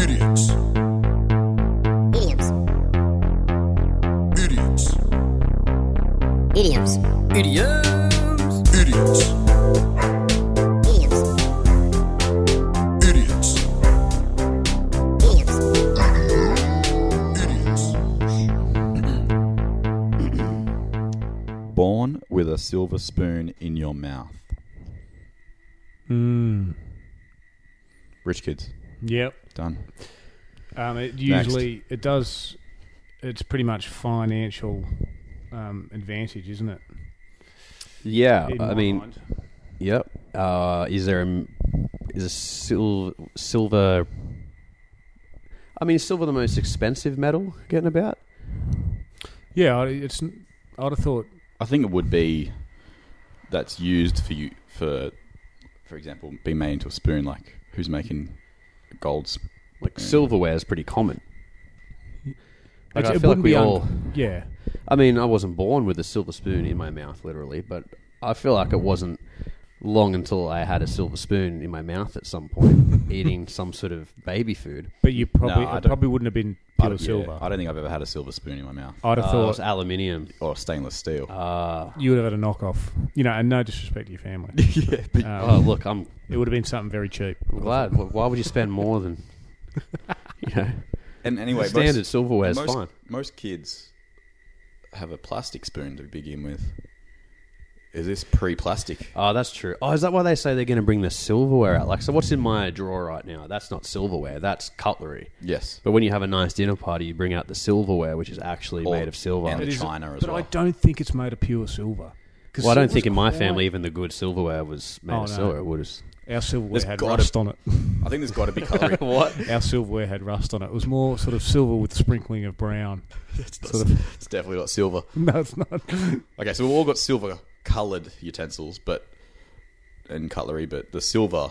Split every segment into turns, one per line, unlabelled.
Idiots.
Idioms.
Idiots.
Idioms.
Idioms.
Idiots.
Idioms.
Idiots.
Idioms.
Idiots.
Born with a silver spoon in your mouth.
Hmm.
Mm.
Rich kids.
Yep.
Done.
Um, it
Next.
usually it does. It's pretty much financial um, advantage, isn't it?
Yeah,
In
Uh, I
my
mean,
mind.
yep. Uh, is there a m- is a sil- silver? I mean, is silver the most expensive metal getting about?
yeah, I- it's. n- I'd have thought.
I think it would be that's used for you for for example, being made into a spoon like who's making gold sp-
Like silverware is pretty common. Like,
It's-
I
it
feel like
wouldn't
we
be un-
all.
Yeah,
I mean, I wasn't born with a silver spoon in my mouth, literally, but I feel like it wasn't long until I had a silver spoon in my mouth at some point, eating some sort of baby food.
but you probably
I
it
don't-
probably wouldn't have been
I
pure
don't- yeah,
silver.
I don't think I've ever had a silver spoon in my mouth
I'd have
Uh, it
thought
was aluminium.
or stainless steel.
Uh,
you would have had a knockoff. You know, and no disrespect to your family.
yeah, but
Um,
oh, look, I'm,
It would have been something very cheap.
I'm glad. Wh- Why would you spend more than, you know,
and anyway,
standard
most,
silverware is
most,
fine.
most kids have a plastic spoon to begin with. Is this pre-plastic?
Oh, that's true. Oh, is that why they say they're going to bring the silverware out? Like, so what's in my drawer right now? That's not silverware. That's cutlery.
Yes.
But when you have a nice dinner party, you bring out the silverware, which is actually
Or-
made of silver.
and
It is-
China as
but
well.
I don't think it's made of pure silver. 'Cause
Well, I don't
silver's
think in my
quite-
family even the good silverware was made
Oh,
of
no.
silver. It was
our silverware
There's
had
gotta-
rust on it.
I think there's got to be cutlery.
what?
Our silverware had rust on it. It was more sort of silver with sprinkling of brown.
it's, not- it's definitely not silver.
No, it's not.
Okay, so we've all got silver coloured utensils, but and cutlery, but the silver,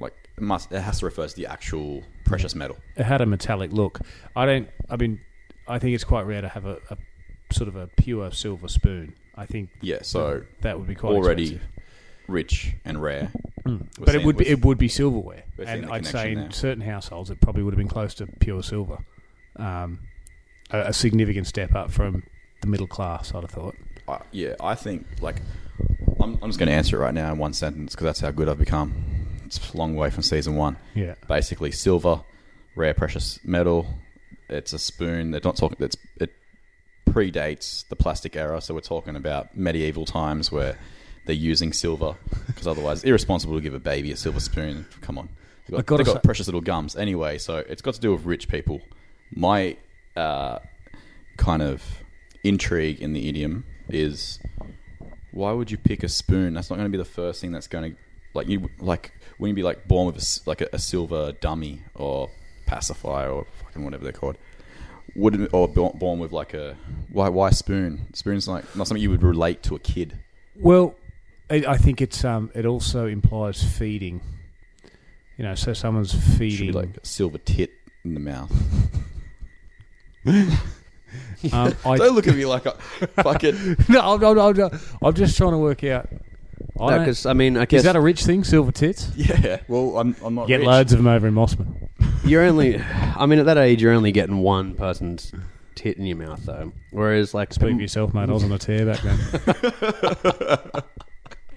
like, it must it has to refer to the actual precious metal.
It had a metallic look. I don't. I mean, I think it's quite rare to have a, a sort of a pure silver spoon. I think
Yeah, so
that would be quite
already
expensive. Hmm.
rich and rare. We're
But
seeing-
it would be
we're-
it would be silverware,
we're seeing
and
the
I'd say
connection
in
there.
certain households it probably would have been close to pure silver. Um, a, a significant step up from the middle class, I'd have thought.
I- Uh, yeah, I think like I'm, I'm just going to answer it right now in one sentence because that's how good I've become. It's a long way from season one.
Yeah.
Basically, silver, rare precious metal. It's a spoon. They're not talking. It's it predates the plastic era, so we're talking about medieval times where they're using silver because otherwise, irresponsible to give a baby a silver spoon. Come on, they've
I
got,
gotta
they've
say-
got precious little gums anyway. So it's got to do with rich people. My uh, kind of intrigue in the idiom is why would you pick a spoon? That's not going to be the first thing that's going to like you like wouldn't you be like born with a, s- like a, a silver dummy or pacifier or fucking whatever they're called. Would not or bo- born with like a why why spoon? Spoon's like not something you would relate to a kid.
Well, I, I think it's um, it also implies feeding. You know, so someone's
It should be
feeding.
like a silver tit in the mouth.
um, I,
Don't look at me like a fucking.
no, I'm, I'm, I'm, ju- I'm just trying to work out. I don't-
Because I mean, I
is
guess
that a rich thing? Silver tits?
Yeah. Well, I'm I'm not
Get
rich.
loads of them over in Mossman.
you're only. I mean, at that age, you're only getting one person's tit in your mouth, though. Whereas, like,
Speak
m-
for yourself, mate. I was on a tear back then.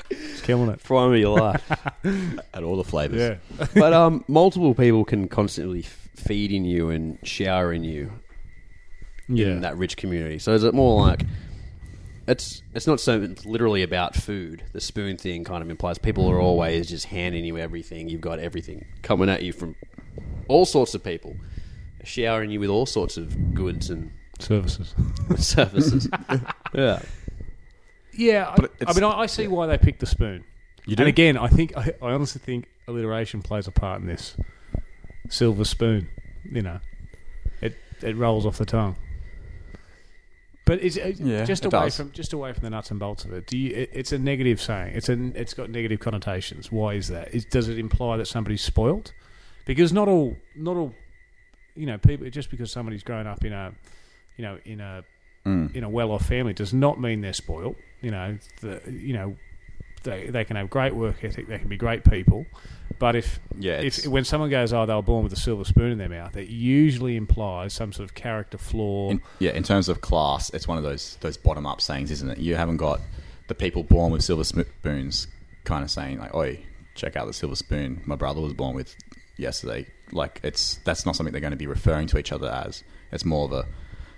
It's killing it.
prime of your life.
at all the flavors.
Yeah.
but um, multiple people can constantly f- feed in you and shower in you
Yeah.
in that rich community. So is it more like it's it's not so it's literally about food. The spoon thing kind of implies people are always just handing you everything. You've got everything coming at you from all sorts of people, showering you with all sorts of goods and
Services.
services. yeah.
Yeah.
But
I, I
it's-
mean, I, I see why they picked the spoon.
You do.
And again, I think I, I honestly think alliteration plays a part in this. Silver spoon, you know, it it rolls off the tongue. But it's it's
Yeah,
just
it
away
does.
from just away from the nuts and bolts of it. Do you? It, it's a negative saying. It's an it's got negative connotations. Why is that? Is, does it imply that somebody's spoilt? Because not all not all you know people just because somebody's grown up in a you know in a
Mm.
in a well-off family does not mean they're spoiled. You know, the, you know, they they can have great work ethic, they can be great people, But if,
Yeah,
if
it's-
when someone goes, oh, they were born with a silver spoon in their mouth, it usually implies some sort of character flaw.
In, yeah, in terms of class, it's one of those those bottom up sayings, isn't it? You haven't got the people born with silver spoons kind of saying like, "Oi, check out the silver spoon my brother was born with yesterday." Like it's that's not something they're going to be referring to each other as. It's more of a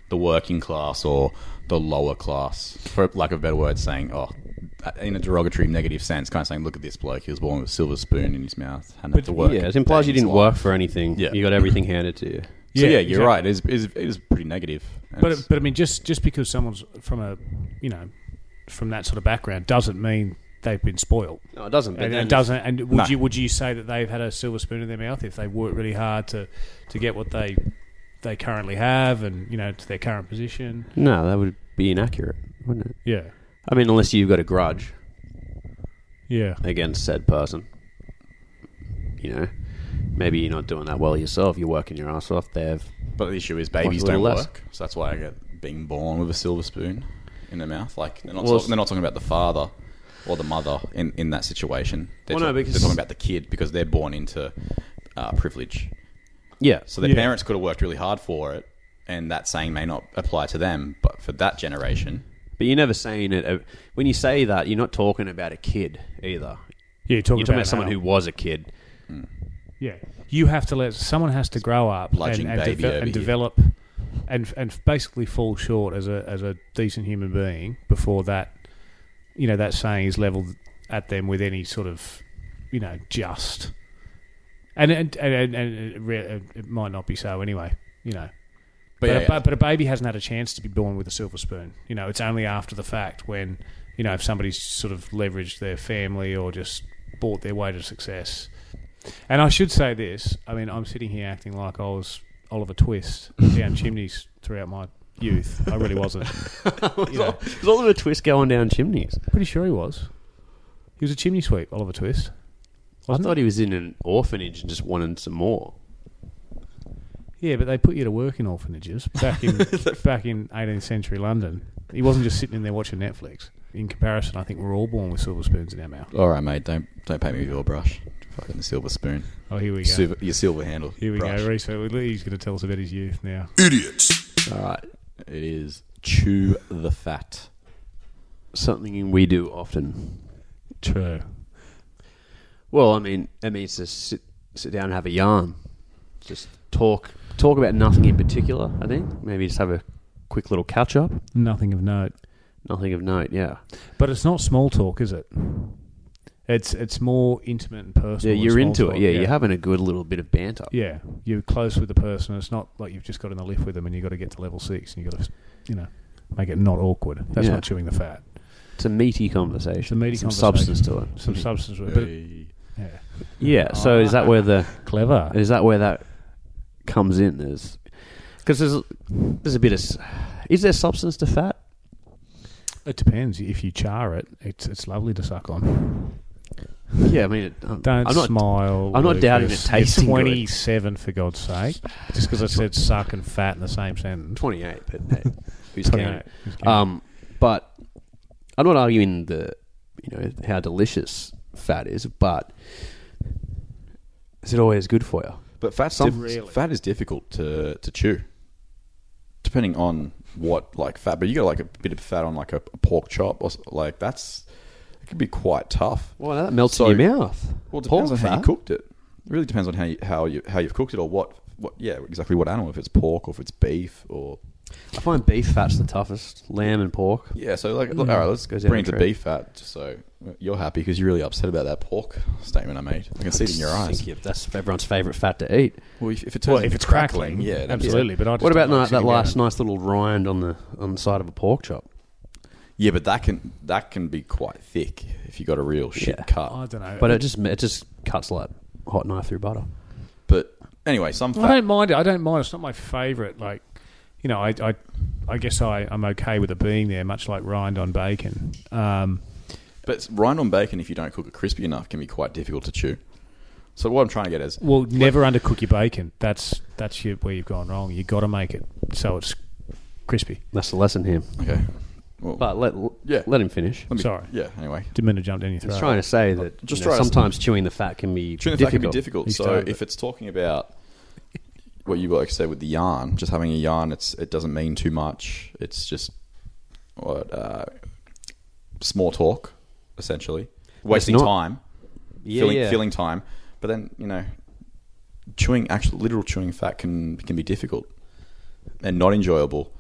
the working class or the lower class, for lack of a better word, saying, "Oh." In a derogatory, negative sense, kind of saying, "Look at this bloke. He was born with a silver spoon in his mouth, and had to work."
Yeah,
a
it
day
implies you
in his
didn't
life."
work for anything.
Yeah.
You got everything handed to you.
So, yeah,
Yeah,
you're
exactly.
right. It is, it is, it is pretty negative. And
But
it's-
but I mean, just just because someone's from a you know from that sort of background doesn't mean they've been spoiled.
No, it doesn't. But
and
then
it doesn't. And would
No.
you would you say that they've had a silver spoon in their mouth if they work really hard to to get what they they currently have and you know to their current position?
No, that would be inaccurate, wouldn't it?
Yeah,
I mean, unless you've got a grudge
yeah,
against said person. You know, maybe you're not doing that well yourself. You're working your ass off. They've
But the issue is
Works
babies
a little
don't
less.
work, so that's why I get being born with a silver spoon in their mouth. Like they're not,
Well,
talk- they're not talking about the father or the mother in, in that situation. They're,
Well, no,
talk-
because-
they're talking about the kid because they're born into uh, privilege.
yeah.
So their
Yeah.
parents could have worked really hard for it, and that saying may not apply to them, but for that generation,
But you're never saying it. uh, When you say that, you're not talking about a kid either.
yeah. You're talking,
You're talking about
an
someone who
adult.
was a kid.
yeah. You have to let someone has to grow up and,
Bludging
and,
baby over
and
here.
develop and and basically fall short as a as a decent human being before that you know that saying is leveled at them with any sort of you know just and and and, and, and it, re- it might not be so anyway you know
But
but,
yeah,
a,
yeah.
but, but a baby hasn't had a chance to be born with a silver spoon you know it's only after the fact when you know if somebody's sort of leveraged their family or just bought their way to success and I should say this I mean I'm sitting here acting like I was Oliver Twist down chimneys throughout my youth I really wasn't You know.
There's all of a twist going down chimneys.
Pretty sure he was. He was a chimney sweep, Oliver Twist.
I thought he was in an orphanage and just wanted some more.
Yeah, but they put you to work in orphanages back in back in 18th century London. He wasn't just sitting in there watching Netflix. In comparison, I think we're all born with silver spoons in our mouth.
all right, mate, don't don't pay me with your brush. Fucking the silver spoon,
Oh, here we go.
silver, your silver handle.
Here we
brush.
go. Reese, so he's going to tell us about his youth now.
idiots,
All right, it is chew the fat.
Something we do often.
True.
Well, I mean, it means to sit sit down and have a yarn, just talk talk about nothing in particular. I think maybe just have a quick little catch up.
Nothing of note.
Nothing of note. Yeah,
But it's not small talk, is it? It's it's more intimate and
yeah,
personal. than
you're
small
into
talk.
it. Yeah, you're having a good little bit of banter.
Yeah, you're close with the person. It's not like you've just got in the lift with them and you've got to get to level six and you've got to, you know, make it not awkward. That's
Yeah.
not chewing the fat.
It's a meaty conversation.
It's a meaty
Some
conversation.
substance to it.
Some substance, with it,
Hey.
but yeah.
Mm-hmm. Yeah. So is that where the
clever.
is that where that comes in? Is because there's there's a bit of s- is there substance to fat?
It depends. If you char it, it's it's lovely to suck on.
Yeah, I mean, it, I'm,
Don't
I'm not
smile.
I'm not doubting
Lucas.
it tasting
You're
good.
27 for God's sake. Just because I said suck and fat in the same sentence.
28, but hey, who's
28.
counting?
Who's counting?
Um, but I'm not arguing the you know how delicious fat is, but is it always good for you?
But fat's
Some-
diff- fat is difficult to, to chew, depending on what like fat. But you got like a bit of fat on like a, a pork chop or s- like that's it could be quite tough.
Well, that melts
So-
in your mouth.
Well, it depends
Pork
on how you
fat.
cooked it. It really depends on how you how you how you've cooked it or what what yeah exactly what animal if it's pork or if it's beef or
I find beef fat's the toughest. Lamb and pork.
yeah. So like
Hmm.
look, all right, let's
Goes down
bring it
the
to
tree.
beef fat. Just so you're happy because you're really upset about that pork statement I made. I can see it in your eyes.
Think you- That's everyone's favourite fat to eat.
Well, if, if it turns
well, if
into
it's crackling,
yeah, that's-
absolutely. But I just
What about
don't like
that, that
sitting
last
down.
nice little rind on the on the side of a pork chop?
Yeah, but that can that can be quite thick if you got a real shit
Yeah.
cut.
I don't know.
But it just it just cuts like hot knife through butter.
But anyway, some
I
fat.
don't mind it. I don't mind. It's not my favourite. Like, you know, I, I, I guess I, I'm okay with it being there, much like rind on bacon. Um,
But rind on bacon, if you don't cook it crispy enough, can be quite difficult to chew. So what I'm trying to get is,
well, never undercook your bacon. That's that's your, where you've gone wrong. you got to make it so it's crispy.
That's the lesson here.
okay, Well,
But let
Yeah.
let him finish.
let me-
sorry.
Yeah. Anyway,
Didn't mean to jump down your
He's
throat.
trying to say that
Just
you know,
try to-
sometimes chewing the fat can be
chewing the fat
difficult.
can be difficult.
He's
so
done it.
if it's talking about what you like said with the yarn, just having a yarn, it's it doesn't mean too much. It's just what uh, small talk, essentially, wasting
not-
time,
Yeah,
filling,
yeah.
filling time. But then you know, chewing actual literal chewing fat can can be difficult and not enjoyable.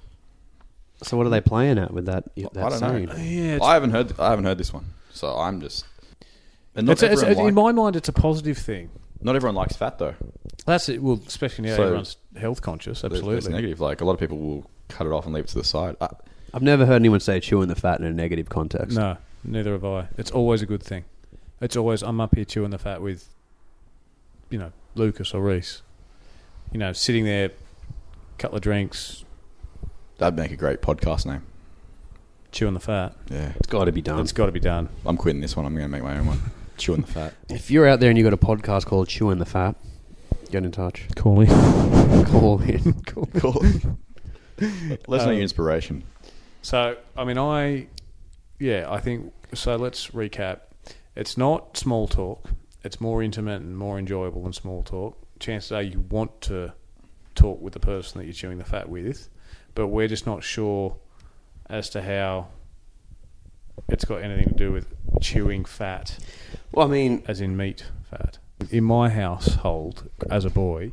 So what are they playing at with that? that
I don't
saying?
know.
Yeah, it's-
I haven't heard. I haven't heard this one, so I'm just. And not,
It's a- it's a-
everyone
in
like-
my mind, it's a positive thing.
not everyone likes fat though.
That's it. Well, especially now
So-
everyone's health conscious.
There's- there's
Absolutely.
negative. Like a lot of people will cut it off and leave it to the side. Uh, I,
I've never heard anyone say chewing the fat in a negative context.
No, neither have I. It's always a good thing. It's always I'm up here chewing the fat with, you know, Lucas or Reese. You know, sitting there, couple of drinks,
that'd make a great podcast name.
chewing the fat.
Yeah,
It's got to be done.
It's got to be done.
I'm quitting this one. I'm going to make my own one. Chewing the fat.
If you're out there and you've got a podcast called Chewing the Fat, get in touch.
Coolly.
Call in. Call in.
Cool. Let
Um,
us know your inspiration.
So, I mean, I, yeah, I think so. Let's recap. It's not small talk. It's more intimate and more enjoyable than small talk. Chances are you want to talk with the person that you're chewing the fat with, but we're just not sure as to how it's got anything to do with chewing fat,
Well, I mean,
as in meat fat. In my household, as a boy,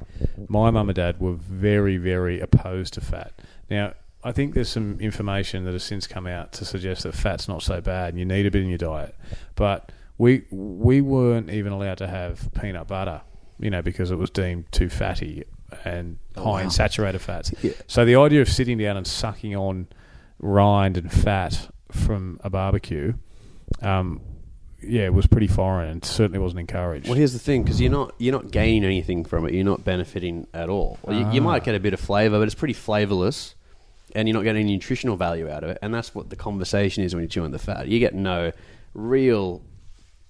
my mum and dad were very, very opposed to fat. Now, I think there's some information that has since come out to suggest that fat's not so bad and you need a bit in your diet. But we we weren't even allowed to have peanut butter, you know, because it was deemed too fatty and high in saturated fats. So the idea of sitting down and sucking on rind and fat from a barbecue, um, yeah, was pretty foreign and certainly wasn't encouraged.
well, here's the thing because you're not you're not gaining anything from it. You're not benefiting at all. Well, you,
Ah.
you might get a bit of flavor, but it's pretty flavorless, and you're not getting any nutritional value out of it. And that's what the conversation is when you're chewing the fat. You get no real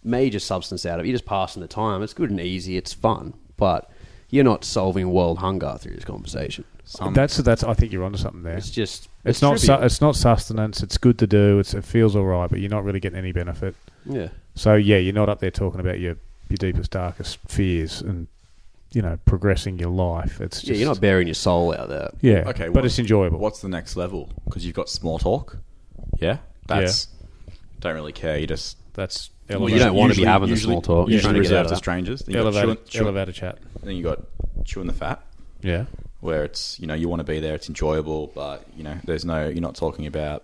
major substance out of it. You're just passing the time. It's good and easy. It's fun, but you're not solving world hunger through this conversation.
that's that's. I think you're onto something there.
It's
It's,
just
not su-
trivial.
it's not sustenance. It's good to do. It's, it feels all right, but you're not really getting any benefit.
yeah.
So yeah, you're not up there talking about your your deepest darkest fears and you know progressing your life. It's just,
yeah, you're not burying your soul out there.
yeah.
Okay,
but
what-
it's enjoyable.
What's the next level? Because you've got small talk. Yeah, that's. Don't really care. You just.
That's
Well,
elevated,
you don't want to be having the
usually,
small talk. You're
Usually
trying to get out
reserved
of
to
that.
strangers. Then you got
elevator,
chewing, chewing,
elevator chat.
then you got chewing the fat.
Yeah,
where it's you know you want to be there, it's enjoyable, but you know there's no you're not talking about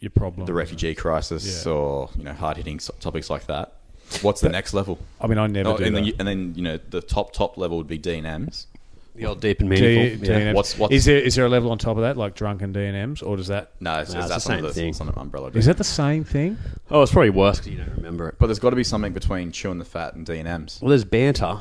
your problem.
the refugee crisis
Yeah.
or you know hard hitting topics like that. What's the next level?
I mean, I never
Oh,
do
and, then
that.
you, and then you know the top top level would be D and M's.
The old deep and
D-
meaningful. yeah.
DNMs.
What's- what's-
is there is there a level on top of that, like drunken DNMs, or does that
No, it's,
No,
it's,
it's
that's
the
under
same
the-
thing.
It's under umbrella.
is that the same thing?
Oh, it's probably worse because you don't remember it.
But there's got to be something between chewing the fat and D and M's.
Well, there's banter.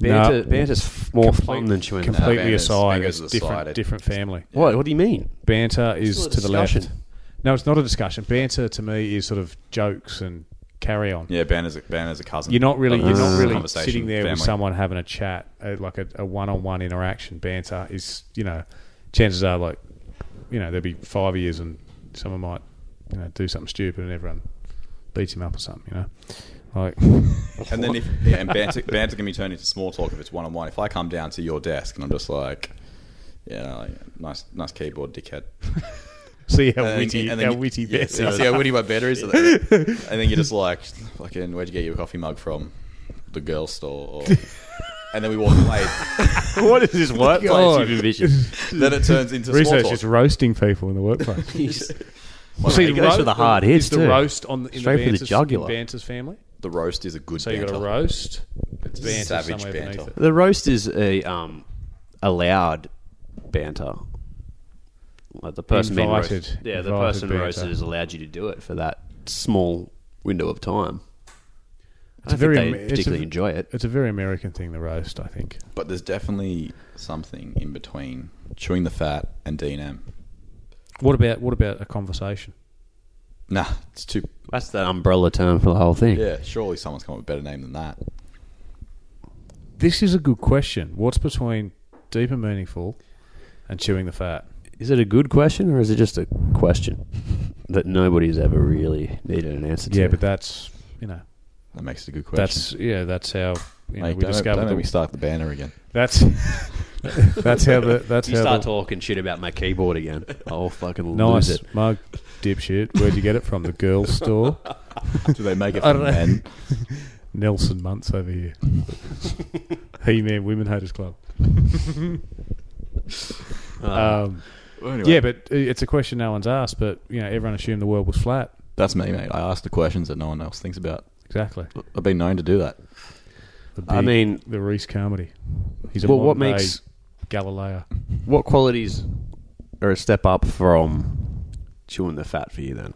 No.
Banter, banter's f- more fun than chewing. the fat.
Completely
Banners,
aside,
banners
it's
aside,
different,
it-
different family.
What? What do you mean?
Banter is
still a
to the left.
discussion.
No, it's not a discussion. Banter to me is sort of jokes and carry on.
Yeah, Banner's a, Banner's a cousin.
You're not really,
Like,
you're
it's
not
a
really
conversation,
sitting there with
family.
someone having a chat, uh, like a, a one-on-one interaction. Banter is, you know, chances are like, you know, there'll be five years and someone might, you know, do something stupid and everyone beats him up or something. You know, like
And then if yeah, and banter, banter can be turned into small talk if it's one on one. If I come down to your desk and I'm just like, yeah, like, nice nice keyboard, dickhead.
see how
And then-
witty,
and then
how
you-
witty
yeah,
Bess
yeah,
is.
See how witty my better is, and then you're just like, "Fucking, where'd you get your coffee mug from? The girl store." Or, and then we walk away.
what is this workplace?
You've envisioned.
then it turns into
Research
small
is
talk.
roasting people in the workplace.
Well,
See,
It goes for the hard hits,
is the
too.
roast on the, in
Straight
the
for the
Banter's,
jugular.
in Banter's family.
the roast is a good.
So you
banter.
got a roast,
It's
banter
savage
somewhere
banter.
beneath it.
the roast is a um, allowed banter. Like the person being
Invited.
roasted. Yeah, the
Invited
person
banter.
roasted has allowed you to do it for that small window of time. I
It's a
don't
very
think
Am-
they
it's a-
particularly enjoy it.
It's a very American thing, the roast. I think.
But there's definitely something in between chewing the fat and D and M.
What about what about a conversation?
Nah, it's too.
That's the umbrella term for the whole thing.
Yeah, surely someone's come up with a better name than that.
This is a good question. What's between deep and meaningful and chewing the fat?
Is it a good question or is it just a question that nobody's ever really needed an answer to?
Yeah, but that's you know
That makes it a good question.
that's yeah that's how you know,
Mate,
we
don't,
discovered
don't
the-
make me start the banner again.
that's that's how the that's
you
how
start
the,
talking shit about my keyboard again. I'll fucking lose
nice
it.
mug dipshit. Where'd you get it from? The girls' store.
Do they make it
I
for
don't know.
men?
Nelson Muntz over here. he man, women haters club.
Uh,
Um,
Well, anyway,
yeah, but i- it's a question no one's asked. But you know, everyone assumed the world was flat.
that's me, mate. I ask the questions that no one else thinks about.
Exactly.
I've been known to do that.
The
I
big-
mean,
the Reese Carmody. He's
well, what
modern day
makes
Galileo?
what qualities are a step up from chewing the fat for you then?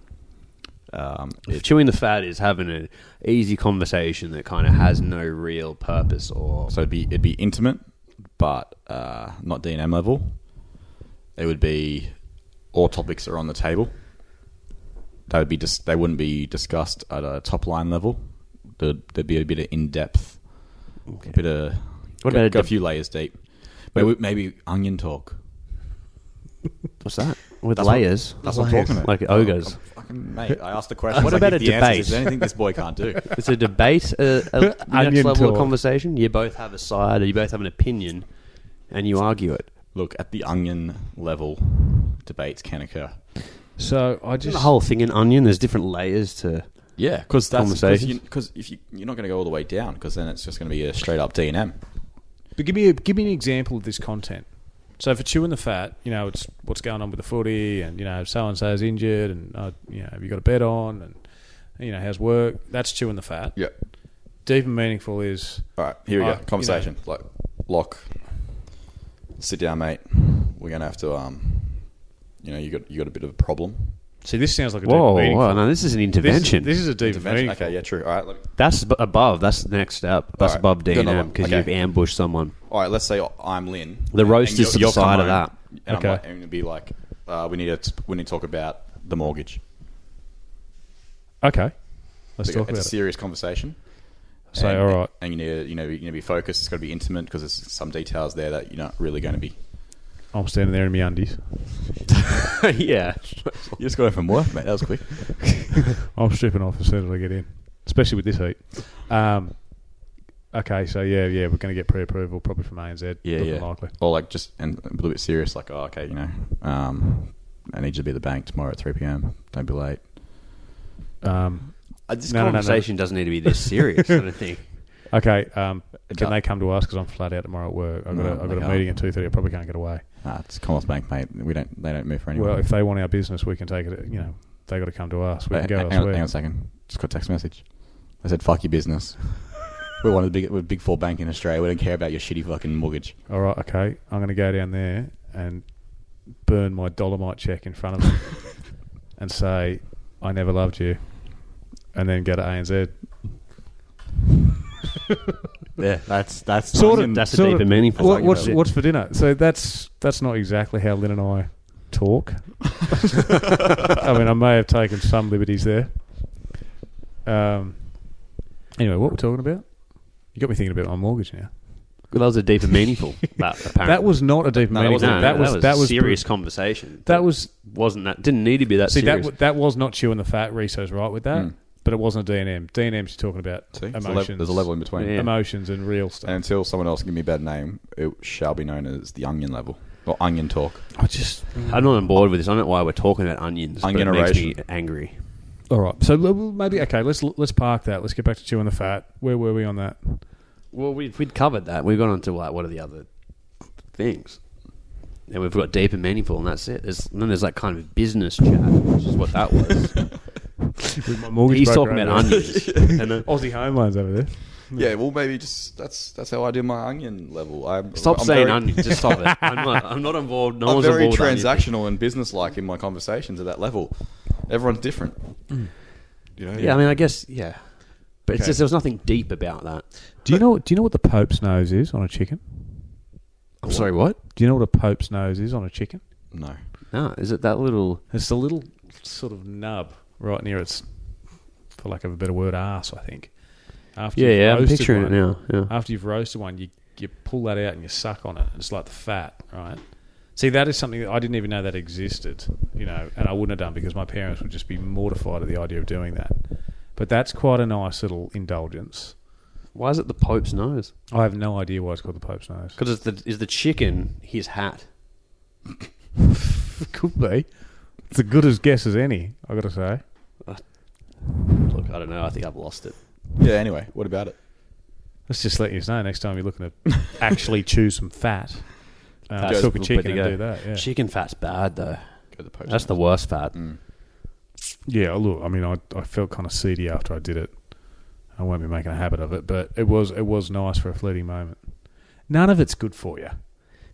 Um,
If chewing the fat is having an easy conversation that kind of has no real purpose or
So it'd be it'd be intimate, but uh, not D and M level. It would be all topics are on the table. They would be dis- they wouldn't be discussed at a top line level. There'd, there'd be a bit of in depth, a bit of
What
go,
about a
go a
dip-
few layers deep. Maybe, maybe onion talk.
what's that with
That's what-
layers?
That's what I'm talking about. Oh,
like ogres.
I'm fucking, mate, I asked the question.
What
I
about
give
a
the answers.
debate?
Is there anything this boy can't do?
It's a debate, a, a next
Onion
level of
talk.
conversation. You both have a side, or you both have an opinion, and you argue it.
Look at the onion level. Debates can occur.
So I
Just
just
the whole thing in onion. There's different layers to.
Yeah, because that's because
Conversations.
you, 'cause if you you're not going to go all the way down because then it's just going to be a straight up D and M.
But give me a, give me an example of this content. So for chewing the fat, you know, it's what's going on with the footy, and you know, so and so's injured, and uh, you know, have you got a bet on, and you know, how's work? That's chewing the fat.
Yeah.
Deep and meaningful is
All right, here we
Uh,
go. Conversation like lock. Sit down, mate. We're going to have to um, you know, you got you got a bit of a problem.
see. This sounds like a
Whoa,
deep and meaningful.
whoa, Oh, no, this is an
This-
intervention.
This, is a deep and
Intervention.
meaningful.
Okay, yeah, true. All right, let me,
That's b- above. That's the next step. That's
Alright,
above D
got
and
another
M
one.
because
Okay.
you've ambushed someone.
all right. Let's say I'm Lynn.
The roast is to the
you're- you're
side of
Simone,
that.
And
Okay.
I'm like, and it'd be like, uh, we need to we need to talk about the mortgage.
Okay, let's
But
talk
it's
about
a serious conversation.
it. So
and,
all right,
and you need to, you know you need to be focused. It's got to be intimate because there's some details there that you're not really going to be.
I'm standing there in my undies.
yeah,
You just got home from work, mate. That was quick.
I'm stripping off as soon as I get in, especially with this heat. Um, okay, so yeah, yeah, we're going to get pre-approval probably from ANZ. looking likely.
Or like just and a little bit serious, like oh okay, you know, um, I need you to be at the bank tomorrow at three p.m. Don't be late.
Um,
Uh, this
No, no, no, no.
conversation doesn't need to be this serious. I don't think.
okay, um,
does. Mm,
can they come to us because I'm flat out tomorrow at work? I've got,
No,
a, I've
they
got a
can't.
meeting at two thirty. I probably can't get away.
Nah, it's Commonwealth Bank, mate. We don't they don't move for anyone.
Well, if they want our business, we can take it. You know, they got to come to us. We
Hey,
can go
hang, on,
elsewhere.
hang on a second. Just got a text message. They said fuck your business. We're one of the big, we're a big four bank in Australia. We don't care about your shitty fucking mortgage.
All right, okay, I'm going to go down there and burn my dolomite check in front of them and say, "I never loved you," and then go to ANZ.
Yeah, that's that's
Sort of-
that's a
sort
deep
of-
and meaningful.
What, what's what's for dinner? So that's that's not exactly how Lynn and I talk. I mean, I may have taken some liberties there. Um. Anyway, what we're talking about? You got me thinking about my mortgage now.
Well, that was a deep and meaningful. That apparently
That was not a deep
No, that
meaning.
wasn't-
Ah. no,
that, was that was
serious conversation.
That was
wasn't that didn't need to be that
see that
serious.
w- that was not chewing the fat. Reso's right with that,
Mm.
but it wasn't a D&M. D&M's you're talking about
See, there's, a level,
emotions.
there's a level in between.
Yeah.
emotions and real stuff.
And until someone else give me a bad name, it shall be known as the onion level or onion talk.
I just I'm not on board with this. I don't know why we're talking about onions.
Onion
but it makes me
erosion.
angry.
All right, so l- l- maybe okay. Let's let's park that. Let's get back to chewing the fat. Where were we on that?
Well, we've we'd covered that. We've gone on to like what are the other things, and we've got deep and meaningful, and that's it. There's, and then there's like kind of business chat, which is what that was.
My mortgage
He's
broker
talking about
over there.
onions. and then,
Aussie home loans over there.
Yeah, well, maybe just that's that's how I do my onion level. I'm,
stop
I'm
saying
very-
onions. Just stop it. I'm not. I'm not involved. No
I'm
one's
very
involved. with onions.
transactional and business-like in my conversations at that level. Everyone's different. You know,
Yeah, I mean, I guess yeah, but it's
Okay.
just there was nothing deep about that.
Do you know do you know what the Pope's nose is on a chicken?
I'm sorry, what?
Do you know what a Pope's nose is on a chicken?
no.
No, is it that little?
It's the little sort of nub right near its, for lack of a better word, ass. I think. After
Yeah,
you've
yeah, I'm
roasted
picturing it
one-
now. Yeah.
After you've roasted one, you you pull that out and you suck on it. It's like the fat, right? See, that is something that I didn't even know that existed, you know, and I wouldn't have done because my parents would just be mortified at the idea of doing that. But that's quite a nice little indulgence.
Why is it the Pope's nose?
I have no idea why it's called the Pope's nose.
Because it's the is the chicken his hat.
Could be. It's as good as guess as any. I got to say.
Look, I don't know. I think I've lost it.
Yeah. Anyway, what about it?
Let's just let you know next time you're looking to actually chew some fat. Uh,
Just
cook a
put
chicken and
together.
do that. Yeah.
Chicken fat's bad though.
Go to the post.
That's the worst fat.
Yeah, look, I mean, I, I felt kind of seedy after I did it. I won't be making a habit of it, but it was it was nice for a fleeting moment. None of it's good for you.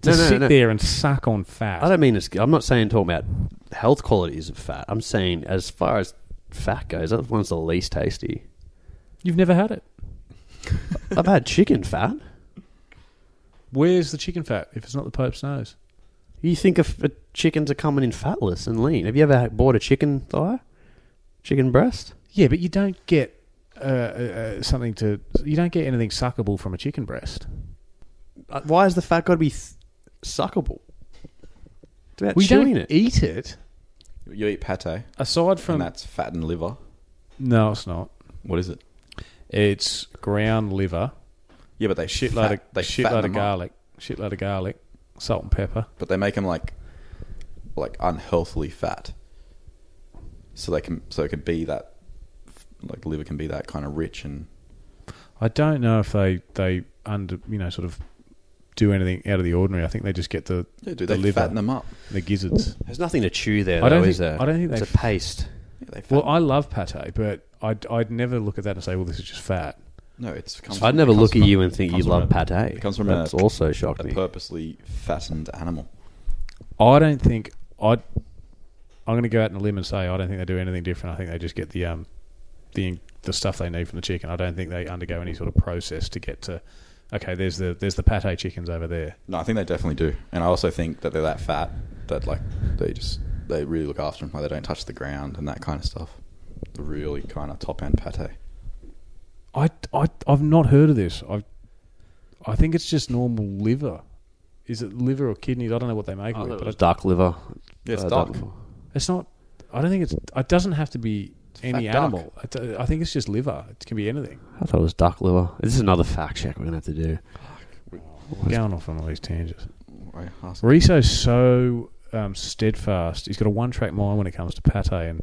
To
No, no,
sit
no.
there and suck on fat.
I don't mean it's. I'm not saying talking about health qualities of fat. I'm saying as far as fat goes, that one's the least tasty.
You've never had it.
I've had chicken fat.
Where's the chicken fat if it's not the Pope's nose?
You think of uh, chickens are coming in fatless and lean. Have you ever had- bought a chicken thigh, chicken breast?
Yeah, but you don't get uh, uh, uh, something to. You don't get anything suckable from a chicken breast.
Uh, Why has the fat got to be th- suckable? It's about
We
chewing
don't
it.
eat it.
You eat pate,
Aside from
and that's fat and liver.
no, it's not.
What is it?
It's ground liver,
Yeah, but they
shitload
fat,
of
they fatten
shitload of
them up.
garlic, shitload of garlic, salt and pepper.
but they make them like like unhealthily fat, so they can so it can be that like liver can be that kind of rich and
I don't know if they they under you know sort of do anything out of the ordinary. I think they just get the
yeah, do
the
they
liver,
fatten them up?
the gizzards.
There's nothing to chew there,
I don't
though,
think-
is there?
I don't think
it's a
they-
paste.
Yeah, they fatten.
Well, I love pate, but I'd I'd never look at that and say, well, this is just fat.
no, it's comes
I'd
from-
never
it comes
look at
from-
you and think
it
you
comes from
love
a-
pate.
It comes from
That's
a,
also shocked
a
me.
purposely fattened animal.
I don't think I. would I'm going to go out on a limb and say I don't think they do anything different. I think they just get the um, the the stuff they need from the chicken. I don't think they undergo any sort of process to get to. Okay, there's the there's the pate chickens over there.
No, I think they definitely do, and I also think that they're that fat that like they just they really look after them, like they don't touch the ground and that kind of stuff. The really kind of top end pate.
I, I I've not heard of this. I I think it's just normal liver. Is it liver or kidneys? I don't know what they make
I
Oh,
of
thought
it,
it
but
was
I-
duck liver.
Yeah, it's
Uh,
duck.
it's not. I don't think it's. It doesn't have to be any
fat duck.
animal. It- I think it's just liver. It can be anything.
I thought it was duck liver. This is another fact check we're gonna have to do.
Going off on all these tangents.
I asked-
Riso's so um, steadfast. He's got a one-track mind when it comes to pate, and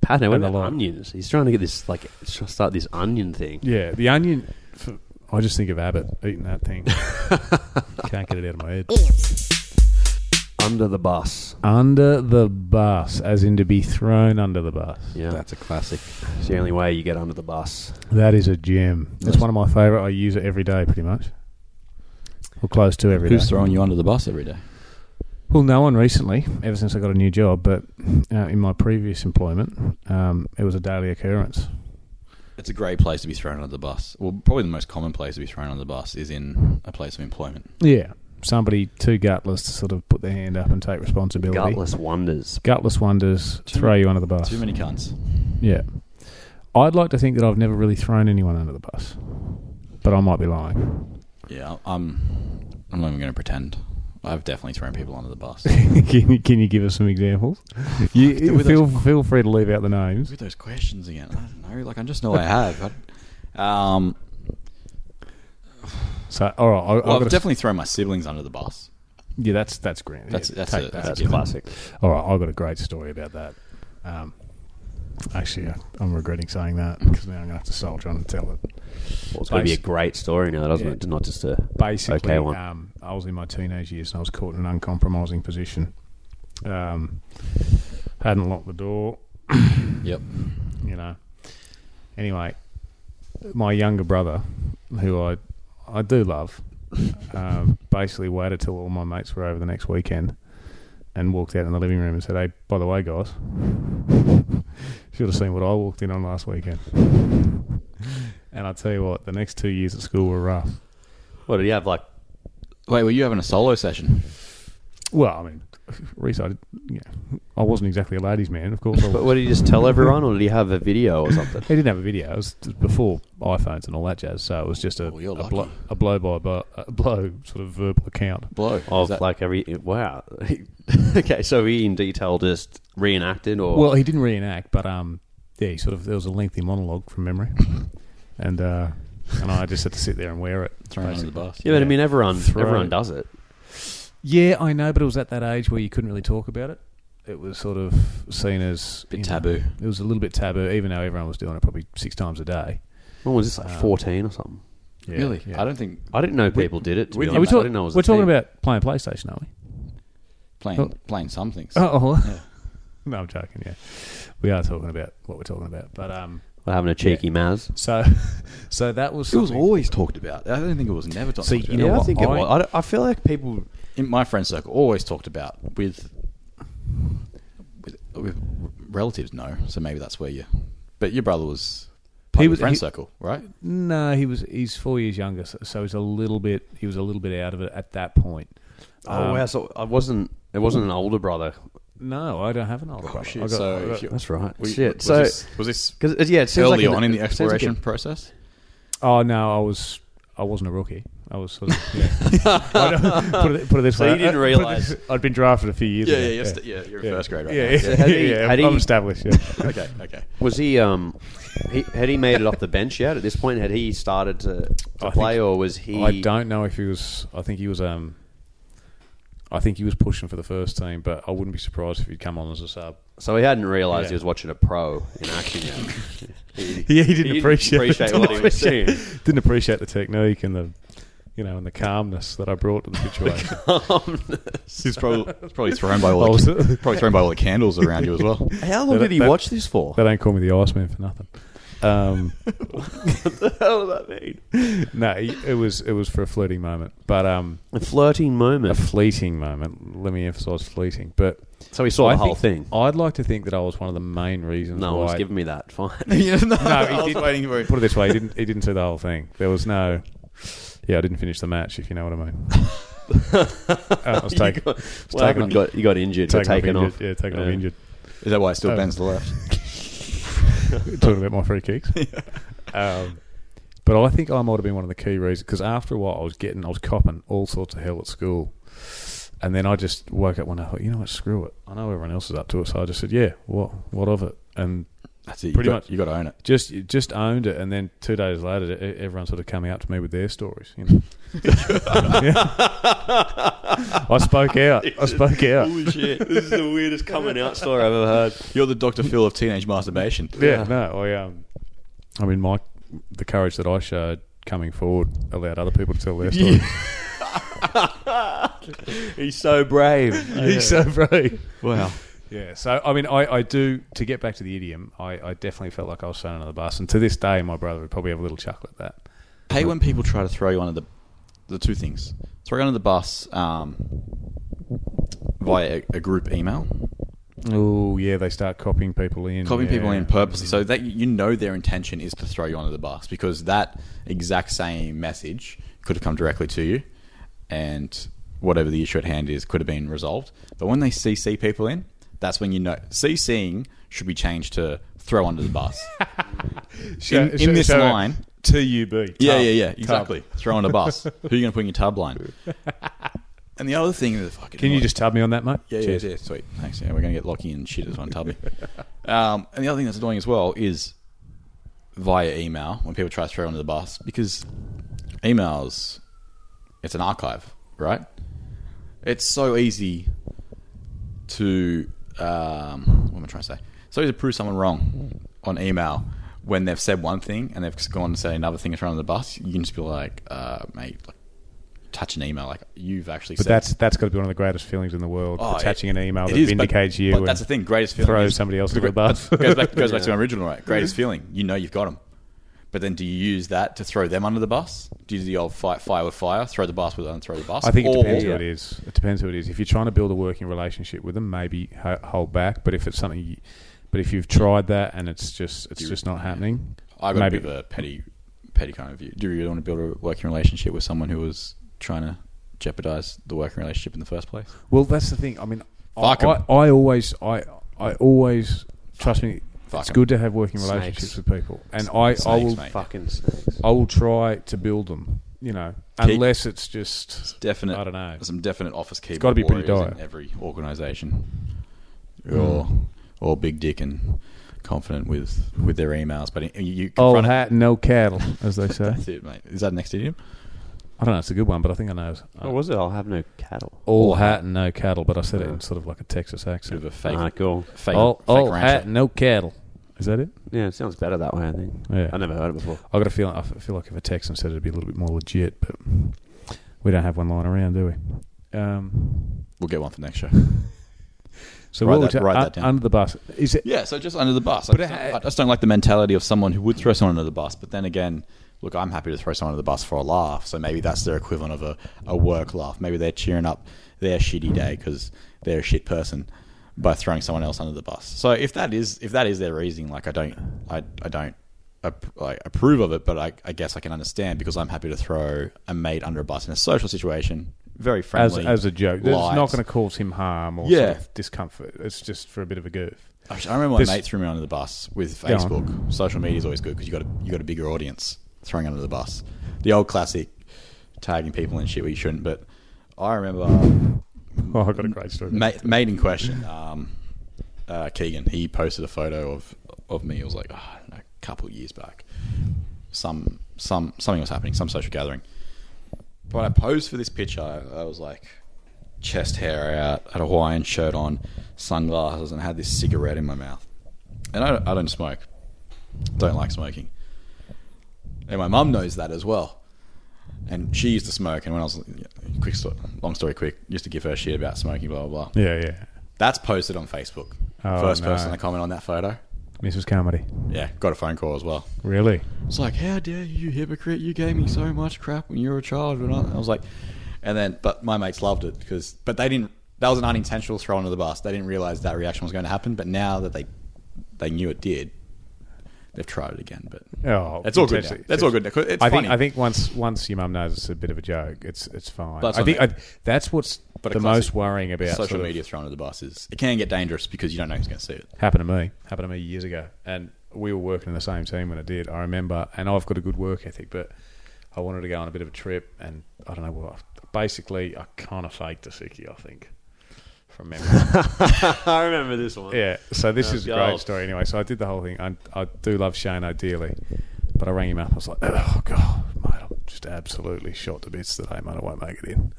Pat, what
And a
about
lot.
onions? He's trying to get this like tr- start this onion thing.
yeah, the onion. For, I just think of Abbott eating that thing. Can't get it out of my head.
Idioms.
Under the bus.
Under the bus, as in to be thrown under the bus.
Yeah,
That's a classic.
it's the only way you get under the bus.
That is a gem. It's one of my favourite. I use it every day, pretty much. Or close to every day.
Who's throwing you under the bus every day?
Well, no one recently, ever since I got a new job, but uh, in my previous employment, um, it was a daily occurrence.
It's a great place to be thrown under the bus. Well, probably the most common place to be thrown under the bus is in a place of employment.
Yeah. Somebody too gutless to sort of put their hand up and take responsibility.
Gutless wonders.
Gutless wonders throw you under the bus.
Too many cunts.
Yeah. I'd like to think that I've never really thrown anyone under the bus, but I might be lying.
Yeah, I'm. I'm not even going to pretend. I've definitely thrown people under the bus.
can, you, can you give us some examples? You,
With
feel, feel free to leave out the names.
with those questions again. I don't know. Like I just know I have. I, um,
So, all right, I,
well,
I've
I've
got to-
definitely thrown my siblings under the bus.
yeah, that's that's grand.
That's
Yeah,
that's
take
a,
that.
that's,
That's
a given.
classic.
All right, I've got a great story about that. Um, actually, I, I'm regretting saying that because now I'm going to have to soldier on and tell it.
Well, it's gonna be a
Basi-
great story now, doesn't
Yeah.
it? Not just a
Basically,
okay one.
um, I was in my teenage years and I was caught in an uncompromising position. Um, hadn't locked the door,
Yep.
you know. Anyway, my younger brother, who I I do love, um, basically waited till all my mates were over the next weekend, and walked out in the living room and said, "Hey, by the way, guys, should have seen what I walked in on last weekend." And I tell you what, the next two years at school were rough.
What do you have? Like
Wait, were you having a solo session?
Well, I mean, Reese, I did- yeah, I wasn't exactly a ladies' man, of course. I
But
was.
what did he just tell everyone, or did he have a video or something?
He didn't have a video. It was t- before iPhones and all that jazz, so it was just a
Well, you're
a, blo-
lucky.
a blow by blow, a blow sort of verbal account.
Blow.
Of
Is that-
like every wow. okay, so he in detail just reenacted, or
Well, he didn't reenact, but um, yeah, he sort of there was a lengthy monologue from memory, and uh, and I just had to sit there and wear it.
thrown under the bus.
yeah, but I mean everyone
Throw
everyone
it.
does it.
Yeah, I know, but it was at that age where you couldn't really talk about it. It was sort of seen as
Bit
you know,
taboo.
it was a little bit taboo, even though everyone was doing it probably six times a day.
When was this like
Um,
fourteen or something?
Yeah,
really?
yeah.
I don't think
I didn't know people did it. To
we-
be
are
Are we
honest.
talk-
I didn't know it was a
we're talking
thing.
about playing PlayStation, aren't we?
playing
Oh.
playing some things.
Oh,
Yeah.
no, I'm joking. Yeah, we are talking about what we're talking about, but um,
We're having a cheeky Maz.
so so that was
It was
something-
always talked about. I don't think it was never talked
See,
about.
you know
yeah, I
what?
think it
I-
was. I, don't- I feel like people.
in my friend circle always talked about with with, with relatives no so maybe that's where you but your brother was part
He
of
was-
the friend
he-
circle right
No, he was he's four years younger, so, so he's a little bit he was a little bit out of it at that point.
Oh wow! So I wasn't. It wasn't an older brother.
No, I don't have an older brother. I got- I got-
Oh, if you-
That's right.
we-
Shit.
was
So-
this, was this
Because yeah, it seems
early
like
on in the
it seems like
exploration
it-
process
oh no, I was I wasn't a rookie. I was sort of yeah. I don't- put, it, put it this
So
way.
you didn't
I- put it
realise-
this- I'd been drafted a few years
yeah
ago.
yeah, yeah, st- yeah you're in first grade right
yeah,
now.
yeah,
Had he-
yeah,
had
I'm
he-
established. Yeah.
okay okay
was he um he, had he made it off the bench yet? At this point, had he started to,
I
to
think-
play, or was he?
I don't know if he was. I think he was. Um, I think he was pushing for the first team, but I wouldn't be surprised if he'd come on as a sub.
So he hadn't realised
Yeah.
he was watching a pro in action yet.
Yeah, he didn't appreciate,
appreciate what he was
appreciate-
seeing.
Didn't appreciate the technique and the, you know, and the calmness that I brought to the situation.
he's probably, probably thrown by all
Oh,
the, probably thrown by all the candles around you as well
How long
That-
did he
that-
watch this for?
they don't call me the Iceman for nothing. Um,
What the hell does that mean?
no, he- it was it was for a fleeting moment, but um,
A flirting
a
moment.
fleeting moment. Let me emphasise fleeting. But
so he saw
I
the whole
think-
thing.
I'd like to think that I was one of the main reasons.
No
why
one's giving me that. Fine.
yeah, no,
he
I was
didn't-
waiting for it
Put it this way, he didn't he didn't see the whole thing. There was no. Yeah, I didn't finish the match, if you know what I mean. Uh, I was
You
taken,
got,
was
what happened?
taken-
You got, you got injured. Taken, got taken
injured.
off.
Yeah, taken off
Yeah.
injured.
is that why it still
Oh.
bends the left
Talking about my free kicks. um, but I think I might have been one of the key reasons because after a while I was getting, I was copping all sorts of hell at school. And then I just woke up one day, I thought, you know what, screw it. I know everyone else is up to it. So I just said, yeah, what, what of it? And
that's it
Pretty
you got,
much.
you got to own it
just just owned it. And then two days later, e- everyone sort of coming up to me with their stories. You know? Yeah. I spoke out. I spoke out.
shit! This is the weirdest coming out story I've ever heard.
you're the Dr. Phil of teenage masturbation
Yeah, no, I um, I mean, my the courage that I showed coming forward allowed other people to tell their story.
He's so brave.
Oh,
He's so brave.
wow
Yeah, so I mean, I, I do to get back to the idiom. I, I definitely felt like I was thrown under the bus, and to this day, my brother would probably have a little chuckle at that.
Hey, when people try to throw you under the the two things, throw you under the bus um, via a, a group email,
Oh yeah, they start copying people in,
copying people
yeah.
in purposely, so that you know their intention is to throw you under the bus because that exact same message could have come directly to you, and whatever the issue at hand is could have been resolved. But when they CC people in, that's when you know CCing should be changed to throw under the bus.
Show-
in,
show-
in this
show it.
line,
TUB.
Yeah,
Tub.
yeah, yeah,
Tub.
exactly. Throw on a bus. Who are you going to put in your tub line? and the other thing that fucking
Can you just tub me on that, mate?
yeah, yeah, yeah, sweet, thanks. Yeah, we're going to get Lockie and shit as one tubby. um, and the other thing that's annoying as well is via email when people try to throw it under the bus because emails, it's an archive, right? It's so easy to um, what am I trying to say? So easy to prove someone wrong on email when they've said one thing and they've gone and said another thing in front of the bus. You can just be like, uh, mate, like, touch an email like you've actually.
But
said
that's that's got to be one of the greatest feelings in the world.
Oh,
attaching
it-
an email
it
that
is, but-
vindicates you.
But
and
that's the thing. Greatest feeling.
throws
is-
somebody else under the bus.
Goes back, goes back to my original right. Greatest feeling. You know you've got them. But then, do you use that to throw them under the bus? Do you do the old fight fire with fire? Throw the bus with and throw the bus.
I think it
Or-
depends who it is. It depends who it is. If you're trying to build a working relationship with them, maybe ho- hold back. But if it's something, you, but if you've tried that and it's just it's just not happening,
I got
maybe
a bit of a petty, petty kind of view. Do you really want to build a working relationship with someone who was trying to jeopardize the working relationship in the first place?
well that's the thing. I mean,
Fuck 'em.
I, I, I always, I, I always trust me.
Fuck
it's
'em.
good to have working
Snakes.
relationships with people, and I, I
Snakes,
will,
mate.
Fucking snakes.
I will try to build them. You know,
Keep-
unless it's just
Definite.
I don't know.
Some definite office keyboard.
gotta be pretty
warriors
dire.
in every organisation. Or, or big dick and confident with with their emails, but you, you
old
confront
hat, and no cattle, as they say.
That's it, mate. Is that next idiom?
I don't know. It's a good one, but I think I know. It.
What was it? I'll have no cattle.
all hat and no cattle, but I said it in sort of like a Texas
Bit of
accent.
a fake,
Ah, cool.
fake,
all
fake
all
rancher.
hat, no cattle. Is that it?
Yeah, it sounds better that way. I think.
Yeah.
I never heard it before.
I got a feeling. I f- feel like if a Texan said it, it'd be a little bit more legit, but we don't have one lying around, do we? Um,
We'll get one for next show.
so
Write
what
that-
we're ta-
write
un-
that down.
under the bus is it?
Yeah, so just under the bus. I
But
just,
it
don't,
ha-
I just don't like the mentality of someone who would throw someone under the bus. But then again, look, I'm happy to throw someone under the bus for a laugh. So maybe that's their equivalent of a, a work laugh. Maybe they're cheering up their shitty day because they're a shit person by throwing someone else under the bus. So if that is if that is their reasoning, like I don't I, I don't ap- like approve of it, but I, I guess I can understand because I'm happy to throw a mate under a bus in a social situation. Very
As,
friendly
as a joke, it's
light.
not going to cause him harm or
Yeah.
sort of discomfort. It's just for a bit of a goof.
Actually, I remember my
This-
mate threw me under the bus with
Go on.
Facebook. Social media is always good because you got a, you got a bigger audience throwing under the bus. The old classic tagging people and shit where you shouldn't. But I remember
Oh, I got a great story.
mate, mate in question, um, uh, Keegan. He posted a photo of of me. It was like oh, I don't know, a couple of years back. Some some something was happening. Some social gathering. But I posed for this picture. I was like chest hair out, had a Hawaiian shirt on, sunglasses, and had this cigarette in my mouth. And I don't, I don't smoke. Don't like smoking. And my mum knows that as well. And she used to smoke. And when I was quick, sto- long story quick, used to give her shit about smoking, blah blah blah.
Yeah, yeah.
That's posted on Facebook.
Oh,
First
no.
person to comment on that photo.
Mrs. Carmody.
Yeah, got a phone call as well.
Really?
It's like, how dare you, hypocrite! You gave me so much crap when you were a child, and I I was like, and then, but my mates loved it because, but they didn't. That was an unintentional throw under the bus. They didn't realize that reaction was going to happen. But now that they they knew it did, they've tried it again. But
Oh,
that's all good. Now.
fantastic.
That's all good. Now. 'Cause It's
I
funny.
think I think once once your mum knows it's a bit of a joke, it's it's fine.
That's
I
what I
think I, that's what's
But a
the
classic
most worrying about
social
sort of-
media thrown under the bus is it can get dangerous because you don't know who's going to see it.
Happened to me. Happened to me years ago, and we were working in the same team when it did. I remember, and I've got a good work ethic, but I wanted to go on a bit of a trip, and I don't know what. Basically, I kind of faked a sickie. I think from memory.
I remember this one.
Yeah. So this
Oh,
is a
God.
great story. Anyway, so I did the whole thing. I, I do love Shane ideally, but I rang him up. I was like, oh god, mate, I'm just absolutely shot to bits today, mate. I won't make it in.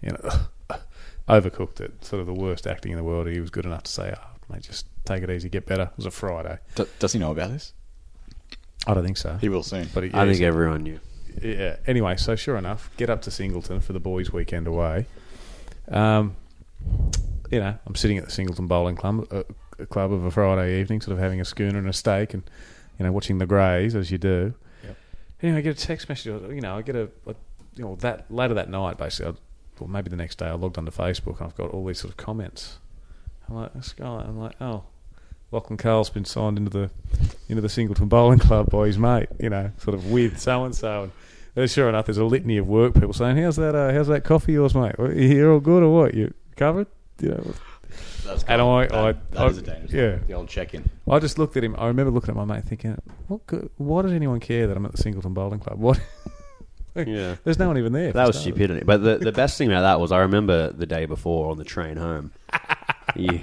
You know, overcooked it. Sort of the worst acting in the world. He was good enough to say, oh, mate, just take it easy, get better. It was a Friday.
D- does he know about this?
I don't think so.
He will soon.
But he,
I think everyone knew.
yeah. Anyway, so sure enough, get up to Singleton for the boys' weekend away. Um, you know, I'm sitting at the Singleton Bowling Club, uh, club of a Friday evening, sort of having a schooner and a steak, and you know, watching the Greys as you do. Anyway, I get a text message. You know, I get a, a you know that later that night, basically, I, or maybe the next day, I logged onto Facebook and I've got all these sort of comments. I'm like, let's go. I'm like, oh, Lachlan Carl's been signed into the into the Singleton Bowling Club by his mate, you know, sort of with so and so. And Uh, sure enough, there's a litany of work people saying, "How's that? Uh, how's that coffee yours, mate? Well, You're all good or what? You covered?" You know,
That's
And I- I-
that
I-
is a dangerous.
yeah.
the old check-in.
I just looked at him. I remember looking at my mate, thinking, "What? Good, why does anyone care that I'm at the Singleton Bowling Club? What? Like,
Yeah.
there's no one even there."
That
for
was
starters.
stupidity. But the, the best thing about that was I remember the day before on the train home. You,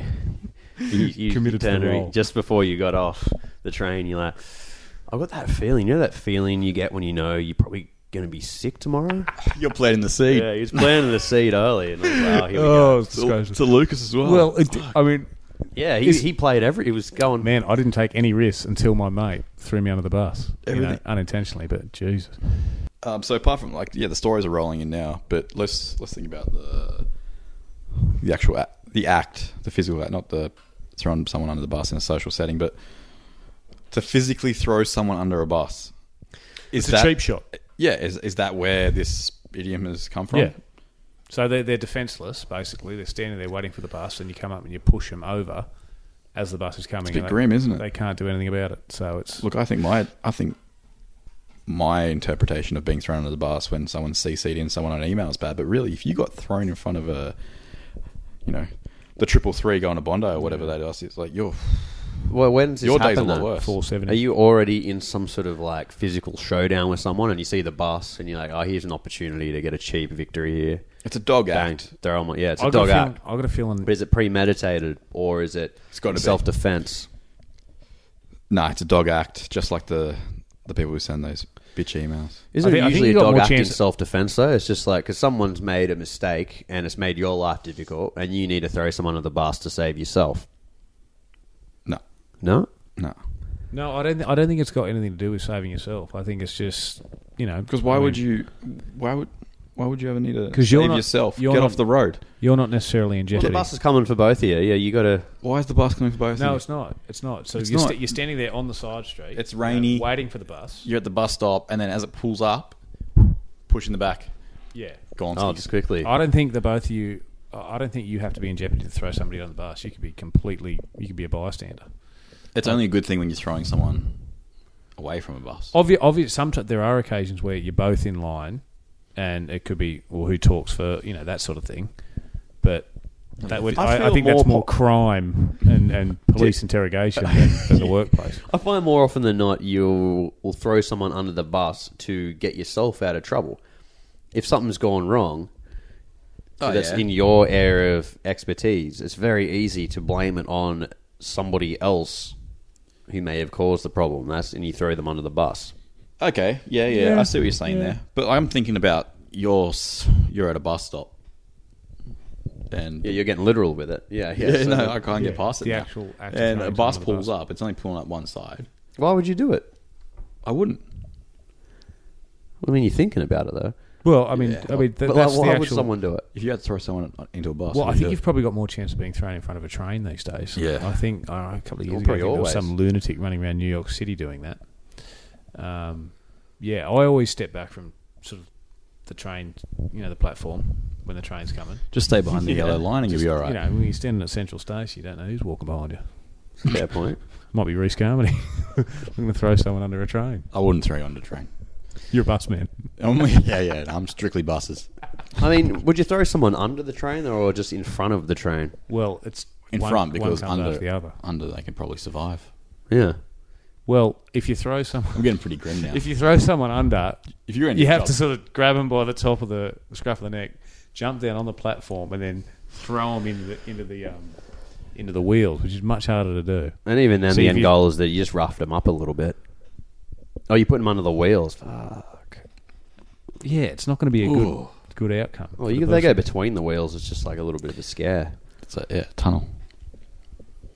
you, you
Committed to the
turned to me
role.
just before you got off the train. You're like, I got that feeling. You know that feeling you get when you know you're probably going to be sick tomorrow.
You're planting the seed.
yeah, he was planting the seed early, and I was like, oh, here we go. oh,
Oh, it's disgraceful.
Lucas as
well, it, I mean,
Yeah, he,
Is-
he played every. He was going.
man, I didn't take any risks until my mate threw me under the bus, you know,
Everything-
unintentionally. But Jesus,
Um, so apart from like yeah, the stories are rolling in now, but let's let's think about the the actual act, the act, the physical act, not the throwing someone under the bus in a social setting, but to physically throw someone under a bus. Is
It's a cheap shot.
Yeah, is is that where this idiom has come from?
Yeah. So they're, they're defenseless, basically. They're standing there waiting for the bus, and you come up and you push them over as the bus is coming.
It's a bit
and they-
grim, isn't it?
They can't do anything about it. So it's.
Look, I think my I think my interpretation of being thrown under the bus when someone CC'd in someone on an email is bad, but really, if you got thrown in front of a, you know, the triple three going to Bondi or whatever they asked. It's like you're
Well, when does this
Your day's a
happen,
lot
though?
worse.
Four seventy.
Are you already in some sort of like physical showdown with someone, and you see the bus, and you're like, "Oh, here's an opportunity to get a cheap victory here."
it's a dog
Bang,
act.
they're on. my- Yeah, it's a
I got
dog
a feeling.
act.
I got a feeling.
But is it premeditated or is it
It's gotta be.
self defense?
No, it's a dog act. Just like the the people who send those bitch emails.
Isn't
I think- I
it
think
usually
you
a
got
dog
more
acting
chance-
self defense though? It's just like because someone's made a mistake and it's made your life difficult, and you need to throw someone under the bus to save yourself.
No,
No,
no.
No, I don't. Th- I don't think it's got anything to do with saving yourself. I think it's just you know
Because why would you? Why would? Why would you ever need to
'Cause
save
you're not-
yourself?
you're
Get
not-
off the road.
You're not necessarily in
well,
jeopardy.
the bus is coming for both of you. Yeah, you got to.
Why is the bus coming for both?
no,
of
it's not. It's not. So
It's
you're,
not.
St- you're standing there on the side street.
It's
you know,
rainy.
waiting for the bus.
you? are at the bus stop, and then as it pulls up, push in the back.
Yeah.
Gone.
Oh, just quickly.
I don't think the both of you. I I don't think you have to be in jeopardy to throw somebody on the bus. You could be completely. You could be a bystander.
It's only a good thing when you're throwing someone away from a bus.
Obvious. Obvious. Sometimes there are occasions where you're both in line, and it could be well who talks for you know that sort of thing, but. That would,
I
I, I,
feel
think
more
that's more
po-
crime and, and police interrogation than, than the workplace.
I find more often than not you will throw someone under the bus to get yourself out of trouble. If something's gone wrong,
Oh,
that's
yeah.
in your area of expertise, it's very easy to blame it on somebody else who may have caused the problem. That's and you throw them under the bus.
Okay. Yeah, yeah.
Yeah.
I see what you're saying there. But I'm thinking about yours. You're at a bus stop, and
Yeah, you're getting literal with it. Yeah, yeah.
Yeah,
so-
no, I can't
yeah,
get past it.
the
now.
actual act of
and a
throwing
bus
someone on the
pulls
bus.
up. It's only pulling up one side.
why would you do it?
I wouldn't.
I mean, you're thinking about it though.
Well, I mean, I mean, th-
But like,
that's
why
the
would
actual.
someone do it?
If you had to throw someone into a bus,
well, I
would
think
you?
you've probably got more chance of being thrown in front of a train these days.
Yeah.
I think uh, a couple of years
Well, probably
ago I think there was
always.
some lunatic running around New York City doing that. Um, yeah, I always step back from sort of the train, you know, the platform when the train's coming.
just stay behind the yellow line and you'll be all right.
You know, when you're standing at Central Station, you don't know who's walking behind you.
Fair point.
Might be Reese Carmody. I'm going to throw someone under a train.
I wouldn't throw you under a train.
You're a bus man.
Only, yeah, yeah. I'm strictly buses.
I mean, would you throw someone under the train or just in front of the train?
Well, it's
In
one-
front because
one comes
under
after the other.
under they can probably survive.
Yeah.
Well, if you throw someone,
I'm getting pretty grim now.
if you throw someone under,
if you're in,
you
your
have
job-
to sort of grab him by the top of the scruff of the neck, jump down on the platform, and then throw him into the into the um, into the wheels, which is much harder to do.
And even then,
See,
the
if
end
you-
goal is that you just roughed them up a little bit. Oh, you put them under the wheels.
Ah,
Fuck.
Yeah, it's not going to be a
Ooh.
good good outcome.
Well,
for
you,
the
they go
person.
between the wheels. It's just like a little bit of a scare.
It's a yeah, tunnel.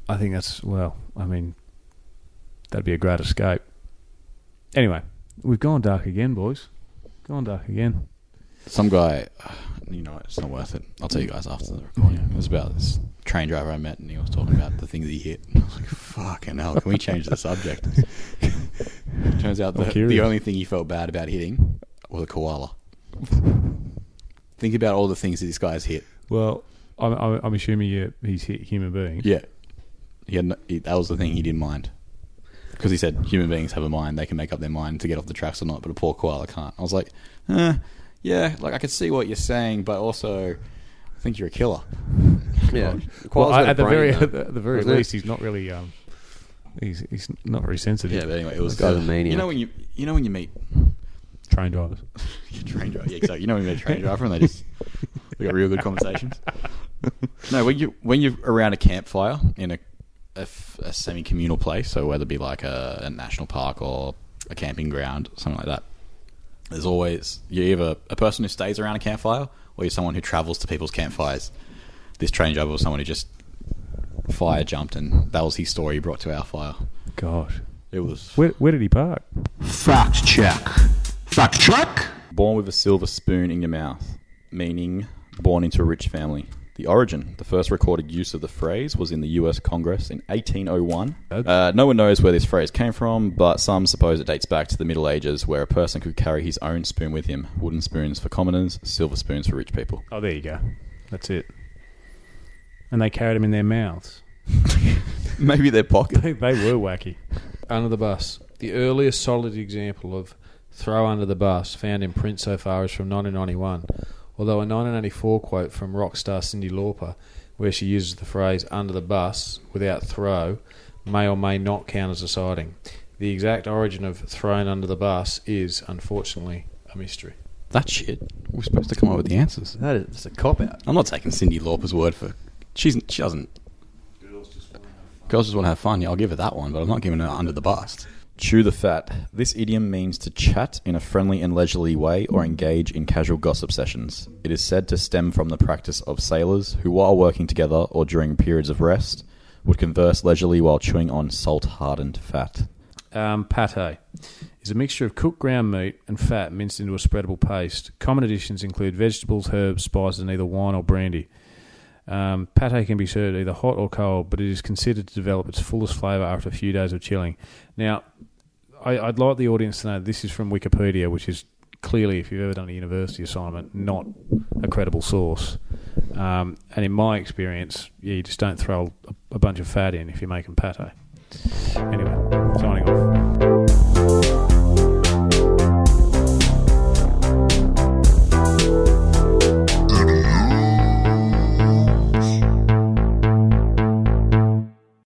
I think that's well. I mean, that'd be a great escape. Anyway, we've gone dark again, boys. Gone dark again.
Some guy, uh, you know, it's not worth it. I'll tell you guys after the recording. It was about this train driver I met, and he was talking about the things he hit. I was like, "Fucking hell, can we change the subject?" Turns out the,
curious.
the only thing he felt bad about hitting was a koala. Think about all the things that this guy's hit.
Well, I'm, I'm, I'm assuming you he's a human being.
Yeah, he had no, he, that was the thing he didn't mind because he said human beings have a mind; they can make up their mind to get off the tracks or not. But a poor koala can't. I was like, eh, yeah, like I could see what you're saying, but also, I think you're a killer.
Yeah.
Well,
Koala's got a
at the
brain,
very
though.
at the, at the very
Isn't it?
least, he's not really um, he's he's not very sensitive.
Yeah, but anyway, it was
That guy's a
You
maniac.
know when you you know when you meet
Train drivers.
your train driver, yeah, exactly. You know when you meet a train driver and they just they got real good conversations. no, when you when you're around a campfire in a a, f- a semi-communal place, so whether it be like a, a national park or a camping ground, something like that. There's always you're either a person who stays around a campfire, or you're someone who travels to people's campfires. This train driver was someone who just fire jumped, and that was his story he brought to our fire.
Gosh,
It was
where where did he park?
Fact check. Fact check.
Born with a silver spoon in your mouth, meaning born into a rich family. The origin, the first recorded use of the phrase was in the US Congress in 1801. Uh, no one knows where this phrase came from, but some suppose it dates back to the Middle Ages where a person could carry his own spoon with him wooden spoons for commoners, silver spoons for rich people.
Oh, there you go. That's it. And they carried him in their mouths.
Maybe their pocket.
They, they were wacky.
under the bus. The earliest solid example of throw under the bus found in print so far is from 1991, although a 1984 quote from rock star Cindy Lauper where she uses the phrase under the bus without throw may or may not count as a sighting. The exact origin of thrown under the bus is, unfortunately, a mystery.
That shit. We're supposed to come up with the answers.
That is that's a cop out.
I'm not taking Cindy Lauper's word for. She's she doesn't. Girls just want to have fun. Yeah, I'll give her that one, but I'm not giving her under the bus. Chew the fat. This idiom means to chat in a friendly and leisurely way or engage in casual gossip sessions. It is said to stem from the practice of sailors who, while working together or during periods of rest, would converse leisurely while chewing on salt hardened fat.
Um, pate is a mixture of cooked ground meat and fat minced into a spreadable paste. Common additions include vegetables, herbs, spices, and either wine or brandy. Um, pate can be served either hot or cold, but it is considered to develop its fullest flavour after a few days of chilling. Now, I, I'd like the audience to know this is from Wikipedia, which is clearly, if you've ever done a university assignment, not a credible source. Um, and in my experience, yeah, you just don't throw a, a bunch of fat in if you're making pate. Anyway.